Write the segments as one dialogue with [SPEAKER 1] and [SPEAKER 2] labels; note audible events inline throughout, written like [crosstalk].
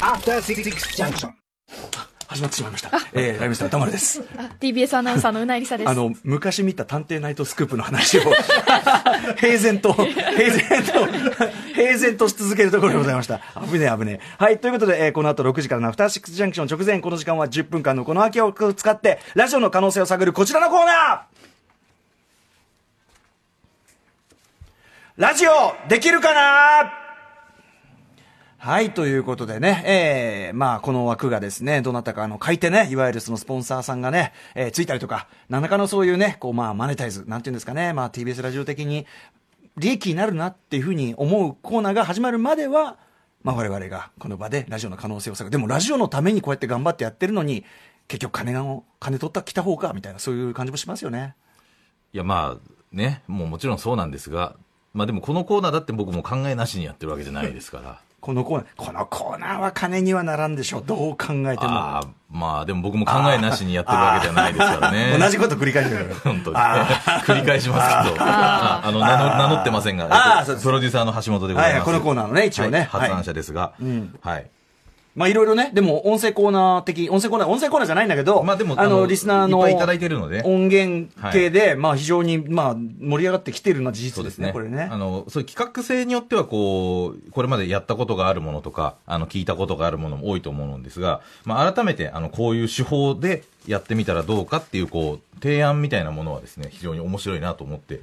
[SPEAKER 1] アフターシックスジャンクション。
[SPEAKER 2] 始まってしまいました。えー、ライムスター歌丸です。
[SPEAKER 3] あ TBS アナウンサーのうないりさです
[SPEAKER 2] あの、昔見た探偵ナイトスクープの [laughs] 話を、平然と、平然と、平然とし続けるところでございました。危ねえ危ねえ。はい、ということで、えーこの後6時からのアフターシックスジャンクション直前、この時間は10分間のこの空きを使って、ラジオの可能性を探るこちらのコーナーラジオできるかなはい、ということでね、えー、まあ、この枠がですね、どなたかあの書いてね、いわゆるそのスポンサーさんがね、えーついたりとか、何らかのそういうね、こう、まあ、マネタイズ、なんていうんですかね、まあ、TBS ラジオ的に、利益になるなっていうふうに思うコーナーが始まるまでは、まあ、我々がこの場でラジオの可能性を探る。でも、ラジオのためにこうやって頑張ってやってるのに、結局金を、金取った、来た方か、みたいな、そういう感じもしますよね。
[SPEAKER 4] いや、まあ、ね、もうもちろんそうなんですが、まあでもこのコーナーだって僕も考えなしにやってるわけじゃないですから。
[SPEAKER 2] このコーナー、このコーナーは金にはならんでしょう。どう考えても。
[SPEAKER 4] ああ、まあでも僕も考えなしにやってるわけじゃないですからね。
[SPEAKER 2] 同じこと繰り返してる。
[SPEAKER 4] [laughs] 本当に。
[SPEAKER 2] あ
[SPEAKER 4] 繰り返しますけど。ああの、名乗名乗ってませんが、
[SPEAKER 2] あー
[SPEAKER 4] えっと
[SPEAKER 2] そうです
[SPEAKER 4] プロデューサーの橋本でご
[SPEAKER 2] は
[SPEAKER 4] ざ
[SPEAKER 2] い
[SPEAKER 4] い
[SPEAKER 2] はい、
[SPEAKER 4] ます。
[SPEAKER 2] このコーナーのね、一応ね。
[SPEAKER 4] はい発
[SPEAKER 2] は
[SPEAKER 4] 案
[SPEAKER 2] い
[SPEAKER 4] 者ですが、はい。
[SPEAKER 2] まあいろいろね、でも音声コーナー的、音声コーナー、音声コーナーじゃないんだけど、
[SPEAKER 4] まあでも
[SPEAKER 2] あ
[SPEAKER 4] あ
[SPEAKER 2] の、
[SPEAKER 4] の
[SPEAKER 2] リスナーの、
[SPEAKER 4] いっぱいいただいてるので
[SPEAKER 2] 音源系で、まあ非常に、まあ盛り上がってきてるのは事実
[SPEAKER 4] そう
[SPEAKER 2] で
[SPEAKER 4] ですす
[SPEAKER 2] ね、
[SPEAKER 4] ね。
[SPEAKER 2] これね
[SPEAKER 4] あ。の、そういう企画性によっては、こう、これまでやったことがあるものとか、あの、聞いたことがあるものも多いと思うんですが、まあ、改めて、あの、こういう手法でやってみたらどうかっていう、こう、提案みたいなものはですね、非常に面白いなと思って、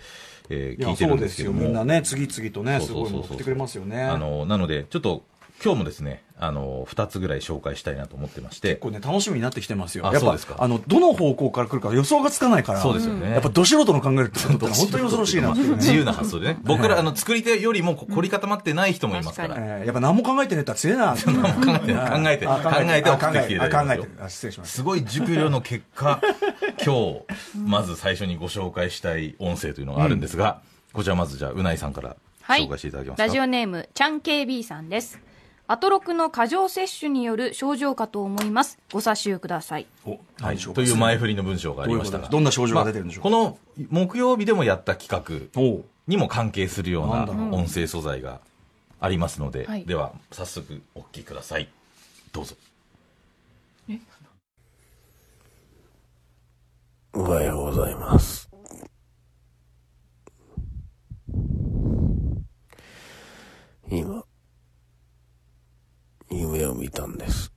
[SPEAKER 4] え
[SPEAKER 2] い
[SPEAKER 4] ー
[SPEAKER 2] や
[SPEAKER 4] 聞いて
[SPEAKER 2] そ
[SPEAKER 4] る
[SPEAKER 2] うんで
[SPEAKER 4] です
[SPEAKER 2] す
[SPEAKER 4] け
[SPEAKER 2] よ。
[SPEAKER 4] ど
[SPEAKER 2] みんな
[SPEAKER 4] も。
[SPEAKER 2] ね、次々とね、
[SPEAKER 4] そう
[SPEAKER 2] す
[SPEAKER 4] そう
[SPEAKER 2] ご
[SPEAKER 4] そ
[SPEAKER 2] い
[SPEAKER 4] うそう
[SPEAKER 2] の送ってくれますよね。
[SPEAKER 4] あの、なので、ちょっと、今日もですね、あの、2つぐらい紹介したいなと思ってまして
[SPEAKER 2] 結、構ね、楽しみになってきてますよ。
[SPEAKER 4] あ
[SPEAKER 2] やっ
[SPEAKER 4] そう
[SPEAKER 2] ぱ
[SPEAKER 4] ですか、
[SPEAKER 2] あの、どの方向から来るか予想がつかないから。
[SPEAKER 4] そうですよね
[SPEAKER 2] やっぱ、ど素人の考えるってことって本当に恐ろしいなっていうね
[SPEAKER 4] 自由な発想でね。僕ら、あの、作り手よりもこう凝り固まってない人もいますから。
[SPEAKER 2] えーやっぱ何も考えてねえったら強えな。
[SPEAKER 4] [laughs]
[SPEAKER 2] 考
[SPEAKER 4] 考えて考えて
[SPEAKER 2] あ
[SPEAKER 4] 考えて送ってきていただき
[SPEAKER 2] あ
[SPEAKER 4] ま
[SPEAKER 2] 考え
[SPEAKER 4] すよ
[SPEAKER 2] てる。あ失礼しました。
[SPEAKER 4] すごい熟慮の結
[SPEAKER 3] [laughs]
[SPEAKER 4] 果、今日、まず最初にご紹介したい音声というのがあるんですが、こちらまずじゃあ、うないさんから紹介していただけますか。
[SPEAKER 3] ラジオネームちゃん KB さんですアトロクの過剰摂取による症状かと思いますご察しください
[SPEAKER 2] お
[SPEAKER 4] は
[SPEAKER 2] 何
[SPEAKER 4] い、
[SPEAKER 2] でしょ
[SPEAKER 4] という前振りの文章がありまし
[SPEAKER 2] ど
[SPEAKER 4] た
[SPEAKER 2] ういうことで
[SPEAKER 4] が
[SPEAKER 2] すどんな症状が出てるんでしょうか
[SPEAKER 4] まあこの木曜日でもやった企画
[SPEAKER 2] おう
[SPEAKER 4] にも関係するような
[SPEAKER 2] なんだろう
[SPEAKER 4] 音声素材がありますので、
[SPEAKER 3] はい
[SPEAKER 4] では早速お聞きくださいどうぞ
[SPEAKER 5] おはようございます。今、夢を見たんです。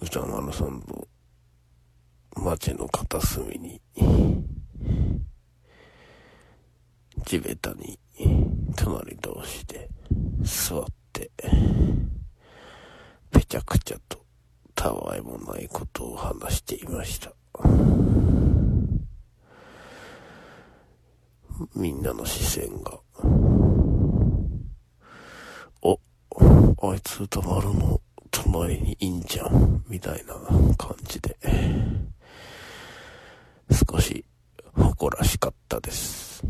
[SPEAKER 5] 歌丸さんと街の片隅に、地べたに隣同士で座って、ぺちゃくちゃとたわいもないことを話していましたみんなの視線がおあいつたまるの隣にいいんじゃんみたいな感じで少し誇らしかったです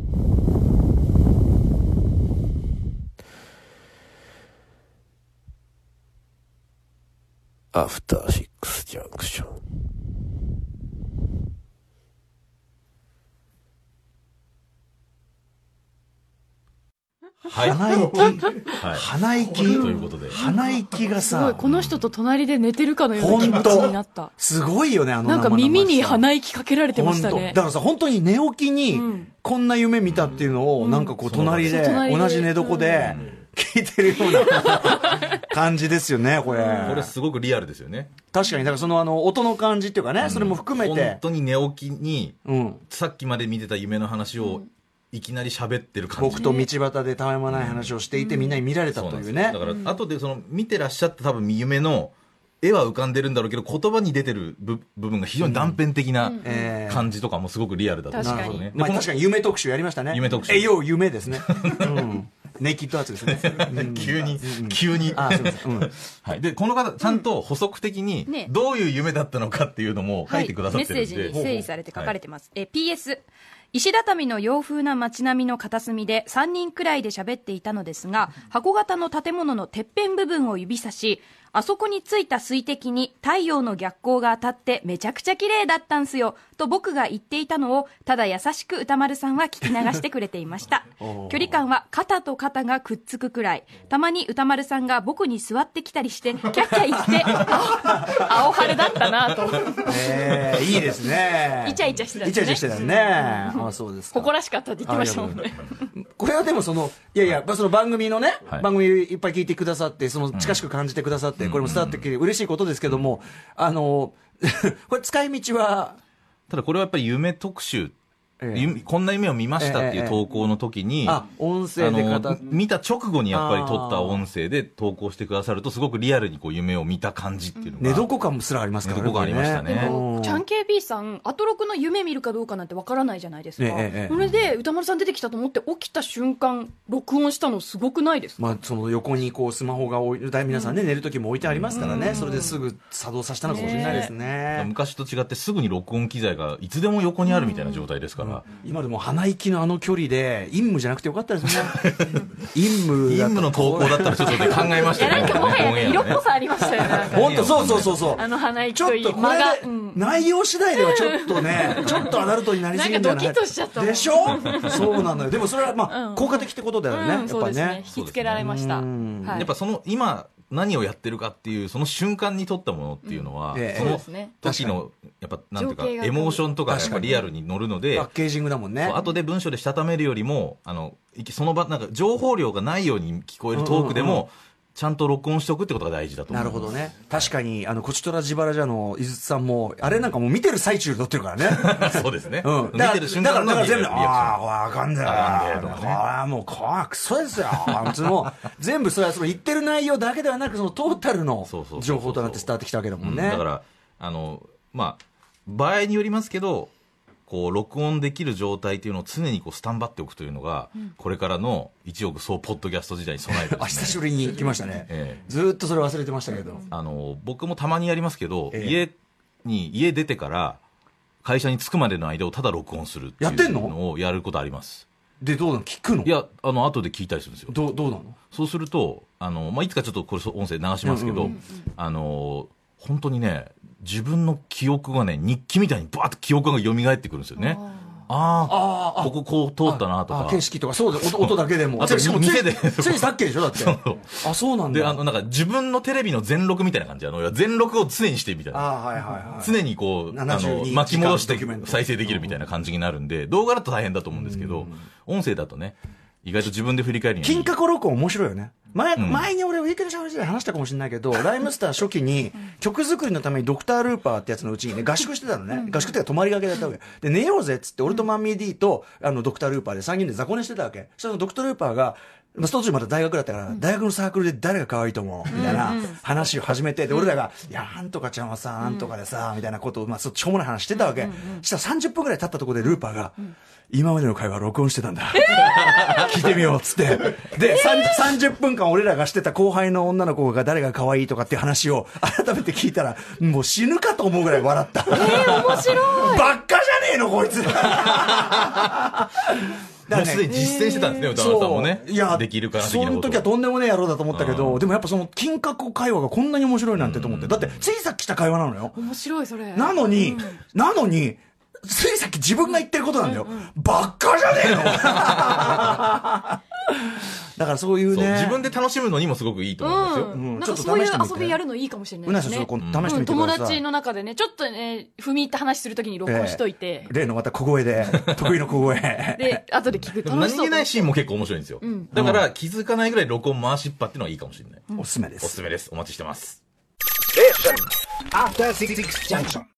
[SPEAKER 5] アフターシックスジャンクション
[SPEAKER 4] はい、
[SPEAKER 2] 鼻息、
[SPEAKER 4] はい
[SPEAKER 2] 鼻息、
[SPEAKER 4] ということで
[SPEAKER 2] 鼻息が
[SPEAKER 6] すごい、
[SPEAKER 2] さ、
[SPEAKER 6] この人と隣で寝てるかのような
[SPEAKER 2] 本
[SPEAKER 6] 気持ち
[SPEAKER 2] 当
[SPEAKER 6] になった。
[SPEAKER 2] すごいよね、あの
[SPEAKER 6] なんか耳
[SPEAKER 2] 生々し
[SPEAKER 6] に鼻息かけられてました
[SPEAKER 2] ほん
[SPEAKER 6] ね
[SPEAKER 2] とだ。からさ、本当に寝起きに
[SPEAKER 6] ん、
[SPEAKER 2] こんな夢見たっていうのを、なんかこう、隣で、
[SPEAKER 6] そう隣で
[SPEAKER 2] 同じ寝床で、聞いてるよう
[SPEAKER 6] [laughs]
[SPEAKER 2] な感じですよね、これ。
[SPEAKER 4] これすごくリアルですよね
[SPEAKER 2] 確かに、だからその、あの、音の感じっていうかね、それも含め
[SPEAKER 4] 本
[SPEAKER 2] て、
[SPEAKER 4] 当に寝起きに
[SPEAKER 2] うん。
[SPEAKER 4] さっきまで見てた夢の話をいきなり喋ってる感じ
[SPEAKER 2] 僕と道端でたわいもない話をしていて、みんなに見られた
[SPEAKER 4] そう
[SPEAKER 2] と
[SPEAKER 4] なん
[SPEAKER 2] い
[SPEAKER 4] で
[SPEAKER 2] う
[SPEAKER 4] す
[SPEAKER 2] ね
[SPEAKER 4] だ。から後でその見てらっしゃった多分夢の絵は浮かんでるんだろうけど言葉に出てる部部分が非常に断片的な
[SPEAKER 2] えー
[SPEAKER 4] 感じとかもすごくリアルだと思うん
[SPEAKER 2] な
[SPEAKER 4] で
[SPEAKER 2] る
[SPEAKER 4] す
[SPEAKER 2] ほど
[SPEAKER 4] よね。
[SPEAKER 2] まあ、
[SPEAKER 4] でこの
[SPEAKER 2] 確かに夢特集やりましたね。
[SPEAKER 4] 夢特集
[SPEAKER 2] え、よう夢です
[SPEAKER 4] [laughs]
[SPEAKER 2] ね。うん。ネイキッドアーツですね。うん
[SPEAKER 4] 急に、急に。
[SPEAKER 2] あ、すいません。うん。
[SPEAKER 4] [laughs] はい。で、この方、ちゃんと補足的
[SPEAKER 3] うんね
[SPEAKER 4] に、どういう夢だったのかっていうのも書いてくださってる
[SPEAKER 3] は
[SPEAKER 4] ん
[SPEAKER 3] いメッセージに
[SPEAKER 4] で。
[SPEAKER 3] 整理されて書かれてます、え PS 石畳の洋風な街並みの片隅で3人くらいで喋っていたのですが、箱型の建物のてっぺん部分を指さし、あそこについた水滴に太陽の逆光が当たってめちゃくちゃ綺麗だったんすよ、と僕が言っていたのを、ただ優しく歌丸さんは聞き流してくれていま
[SPEAKER 4] [laughs]
[SPEAKER 3] した。距離感は肩と肩がくっつくくらい。たまに歌丸さんが僕に座ってきたりして、キャッキャ言って、 [laughs] あ青晴れだったなと。
[SPEAKER 2] ええいいですね。
[SPEAKER 3] イチャイチャしてたん
[SPEAKER 2] イ
[SPEAKER 3] で
[SPEAKER 2] チ
[SPEAKER 3] す
[SPEAKER 2] ャ
[SPEAKER 3] ね
[SPEAKER 2] イチャしてたね。ああ、そうですか。
[SPEAKER 6] 誇らしかったって言ってましたもんね。
[SPEAKER 2] これはでもその、いやいや、まあその番組のね、
[SPEAKER 4] はい
[SPEAKER 2] 番組いっぱい聞いてくださって、その近しく感じてくださって、これも伝わってきて嬉しいことですけども、あの、 [laughs] これ使い道は、
[SPEAKER 4] ただこれはやっぱり夢特集、
[SPEAKER 2] ええ
[SPEAKER 4] ゆこんな夢を見ましたってい
[SPEAKER 2] ええ
[SPEAKER 4] う投稿の時に、
[SPEAKER 2] あ、音声で語
[SPEAKER 4] あの
[SPEAKER 2] って。
[SPEAKER 4] 見た直後にやっぱり撮った音声で投稿してくださると、すごくリアルにこう夢を見た感じっていうの
[SPEAKER 2] 寝
[SPEAKER 4] が。
[SPEAKER 2] 床感もすらありますから
[SPEAKER 4] 寝床感ありましたね
[SPEAKER 2] これうん
[SPEAKER 6] ちゃん KB さん、アトロクの夢見るかどうかなんてわからないじゃないです
[SPEAKER 2] え
[SPEAKER 6] か。
[SPEAKER 2] えええ
[SPEAKER 6] それで、歌丸さん出てきたと思って、起きた瞬間、録音したのすごくないですか
[SPEAKER 2] まあ、その横にこうスマホが置いて、皆さんね、寝る時も置いてありますからね、それですぐ作動させたのかもしれないですね。
[SPEAKER 4] 昔と違ってすぐに録音機材がいつでも横にあるみたいな状態ですから、
[SPEAKER 2] 今でも鼻息のあの距離で、陰夢じゃなくてよかったですね。陰夢
[SPEAKER 4] 任
[SPEAKER 2] だと
[SPEAKER 4] 務の投稿だったらちょっとね考えまし
[SPEAKER 6] い
[SPEAKER 4] た
[SPEAKER 6] や、
[SPEAKER 4] よね。
[SPEAKER 6] なんかもは
[SPEAKER 4] オンエ
[SPEAKER 6] や
[SPEAKER 4] アね
[SPEAKER 6] 色っぽさありましたよね
[SPEAKER 2] [laughs]
[SPEAKER 6] なんかね。
[SPEAKER 2] 本当そうそうそうそう。
[SPEAKER 6] あの鼻息
[SPEAKER 2] ちょっ
[SPEAKER 6] とい
[SPEAKER 2] と
[SPEAKER 6] い
[SPEAKER 2] これ
[SPEAKER 6] 間
[SPEAKER 2] で
[SPEAKER 6] が。うん
[SPEAKER 2] 内容次第ではちょっとね、ちょっとアダルトになりすぎんじゃない
[SPEAKER 6] なんかドキッとしちゃったもん
[SPEAKER 2] でしょそうなのよ。でもそれはま
[SPEAKER 6] う
[SPEAKER 2] あ、
[SPEAKER 6] ん
[SPEAKER 2] 効果的ってことだよね、やっ
[SPEAKER 6] うん、そう
[SPEAKER 2] ぱ
[SPEAKER 6] ですね
[SPEAKER 2] ね。。
[SPEAKER 6] 引きつけられました。
[SPEAKER 2] うん
[SPEAKER 6] はい
[SPEAKER 4] やっぱその今何をやってるかっていうその瞬間に撮ったものっていうのは、
[SPEAKER 2] うんええ
[SPEAKER 4] そ
[SPEAKER 6] そうで
[SPEAKER 4] の
[SPEAKER 6] すね
[SPEAKER 4] 時のやっぱなんていうか
[SPEAKER 6] 情景が
[SPEAKER 4] エモーションとかがやっぱリアルに乗るので
[SPEAKER 2] パッケージングだもんね。
[SPEAKER 4] そう後で文章でしたためるよりもあのいきその場なんか情報量がないように聞こえるトークでも、ちゃんと録音しておくってことが大事だと思
[SPEAKER 2] な
[SPEAKER 4] う
[SPEAKER 2] るほどね。確かに、あの、コチトラジバラジャの井筒さんも、あれなんかもう見てる最中で撮ってるからね。
[SPEAKER 4] [laughs] [laughs] そうですね、
[SPEAKER 2] うん。
[SPEAKER 4] 見てる瞬間
[SPEAKER 2] だ
[SPEAKER 4] の
[SPEAKER 2] からだから全
[SPEAKER 4] リアル
[SPEAKER 2] 部、
[SPEAKER 4] リアクション
[SPEAKER 2] ああ、わかんねえ
[SPEAKER 4] わかん
[SPEAKER 2] な
[SPEAKER 4] ねえ
[SPEAKER 2] こ
[SPEAKER 4] とかね
[SPEAKER 2] れはもう、こわクソですよ。あいつの、全部、それはその言ってる内容だけではなく、そのトータルの
[SPEAKER 4] そうそうそうそう
[SPEAKER 2] 情報となって伝わってきたわけだもんね。
[SPEAKER 4] うんだから、あの、まあ、場合によりますけど、こう、録音できる状態というのを常にこう、スタンバっておくというのが、これからの一億総ポッドキャスト時代に備えて
[SPEAKER 2] [laughs] あ、
[SPEAKER 4] ですね
[SPEAKER 2] 久しぶりに来ましたね。
[SPEAKER 4] ええ
[SPEAKER 2] ずーっとそれ忘れてましたけど。
[SPEAKER 4] あの、僕もたまにやりますけど、
[SPEAKER 2] ええ
[SPEAKER 4] 家に、家出てから、会社に着くまでの間をただ録音するって
[SPEAKER 2] やって
[SPEAKER 4] い
[SPEAKER 2] ん
[SPEAKER 4] う
[SPEAKER 2] の
[SPEAKER 4] のをやることあります。
[SPEAKER 2] で、どうなの聞くの
[SPEAKER 4] いや、あの、後で聞いたりするんですよ。
[SPEAKER 2] どう、どうなの
[SPEAKER 4] そうすると、あの、まあ、いつかちょっとこれそう音声流しますけど、
[SPEAKER 2] うん
[SPEAKER 4] あの、本当にね、自分の記憶がね、日記みたいにバーッと記憶が蘇ってくるんですよね。あ
[SPEAKER 2] あ
[SPEAKER 4] あ、こここう通ったなと
[SPEAKER 2] あ
[SPEAKER 4] か。
[SPEAKER 2] 景色とか、そうだ、音音だけでも。
[SPEAKER 4] あと
[SPEAKER 2] しかもつい
[SPEAKER 4] 店で
[SPEAKER 2] ついさっきでしょだ
[SPEAKER 4] [laughs]
[SPEAKER 2] って。あ、そうなん
[SPEAKER 4] で、
[SPEAKER 2] だ。
[SPEAKER 4] あの、なんか自分のテレビの全録みたいな感じ。あの、全録を常にしてみたいな。
[SPEAKER 2] あーはいはいはい。
[SPEAKER 4] 常にこう、あの、
[SPEAKER 2] 72
[SPEAKER 4] 巻き戻し
[SPEAKER 2] 時間ドキュメン
[SPEAKER 4] て
[SPEAKER 2] ト
[SPEAKER 4] 再生できるみたいな感じになるんで、動画だと大変だと思うんですけど、音声だとね、意外と自分で振り返るにはいい
[SPEAKER 2] 金閣録音面白いよね。前、
[SPEAKER 4] ん
[SPEAKER 2] 前に俺、ウィークルシャワー時代話したかもしれないけど、ライムスター初期に、曲作りのためにドクタールーパーってやつのうちにね、合宿してたのね。合宿っていうか泊まりがけだったわけ。で、寝ようぜっつって、俺とマンミー D と、あの、ドクタールーパーで3人で雑魚寝してたわけ。そしたらドクタールーパーが、まあ、当時まだ大学だったから、大学のサークルで誰が可愛いと思うみたいな話を始めて、で、俺らが、いや、なんとかちゃんはさ、なんとかでさ、みたいなことを、まあ、そうしょうもない話してたわけ。そしたら30分くらい経ったところでルーパーが、今までの会話録音してたんだ。 [laughs] 聞いてみようっつって。で、30, 30分間俺らがしてた後輩の女の子が誰が可愛いとかっていう話を改めて聞いたら、もう死ぬかと思うぐらい笑った。え [laughs] 面白いばっかじゃねえの、こい [laughs] つ。だからね
[SPEAKER 4] もうすでに実践してたんですね、歌
[SPEAKER 2] そう
[SPEAKER 4] 丸さんもね。
[SPEAKER 2] いや、
[SPEAKER 4] できるから的
[SPEAKER 2] そ
[SPEAKER 4] な
[SPEAKER 2] の
[SPEAKER 4] ことを
[SPEAKER 2] 時はとんでもねえ野郎だと思ったけど、でもやっぱその金閣会話がこんなに面白いなんてと思って。だって、ついさっきした会話なのよ。
[SPEAKER 6] 面白い、それ。
[SPEAKER 2] なのに、なのに、ついさっき自分が言ってることなんだよ。ばっかじゃね
[SPEAKER 4] [laughs]
[SPEAKER 2] えのだからそういう
[SPEAKER 4] そう
[SPEAKER 2] ね。
[SPEAKER 4] 自分で楽しむのにもすごくいいと思いますよ。
[SPEAKER 6] う
[SPEAKER 2] うん
[SPEAKER 6] ん。なん
[SPEAKER 2] ちょっ
[SPEAKER 6] か
[SPEAKER 2] と
[SPEAKER 6] そうい
[SPEAKER 2] 試
[SPEAKER 6] う
[SPEAKER 2] してみて
[SPEAKER 6] 遊びやるのいいかもしれ
[SPEAKER 2] う
[SPEAKER 6] ないで
[SPEAKER 2] な
[SPEAKER 6] す
[SPEAKER 2] さん、そ
[SPEAKER 6] ね
[SPEAKER 2] れ。今度試して
[SPEAKER 6] うん
[SPEAKER 2] みてく
[SPEAKER 6] 友
[SPEAKER 2] ださい。
[SPEAKER 6] 達の中でね、ちょっとね、踏み入った話するときに録音しといて
[SPEAKER 2] えー、例のまた小声で、得意の小声。
[SPEAKER 6] で、後で聞く。
[SPEAKER 4] でも
[SPEAKER 6] 楽
[SPEAKER 4] 何
[SPEAKER 6] しそう
[SPEAKER 4] 気ないシーンも結構面白いんですよ。だから気づかないぐらい録音回しっぱっていうのがいいかもしれない。
[SPEAKER 2] おすすめで
[SPEAKER 4] お
[SPEAKER 2] す
[SPEAKER 4] す。すめです。お待ちしてます。
[SPEAKER 1] After Six Junction.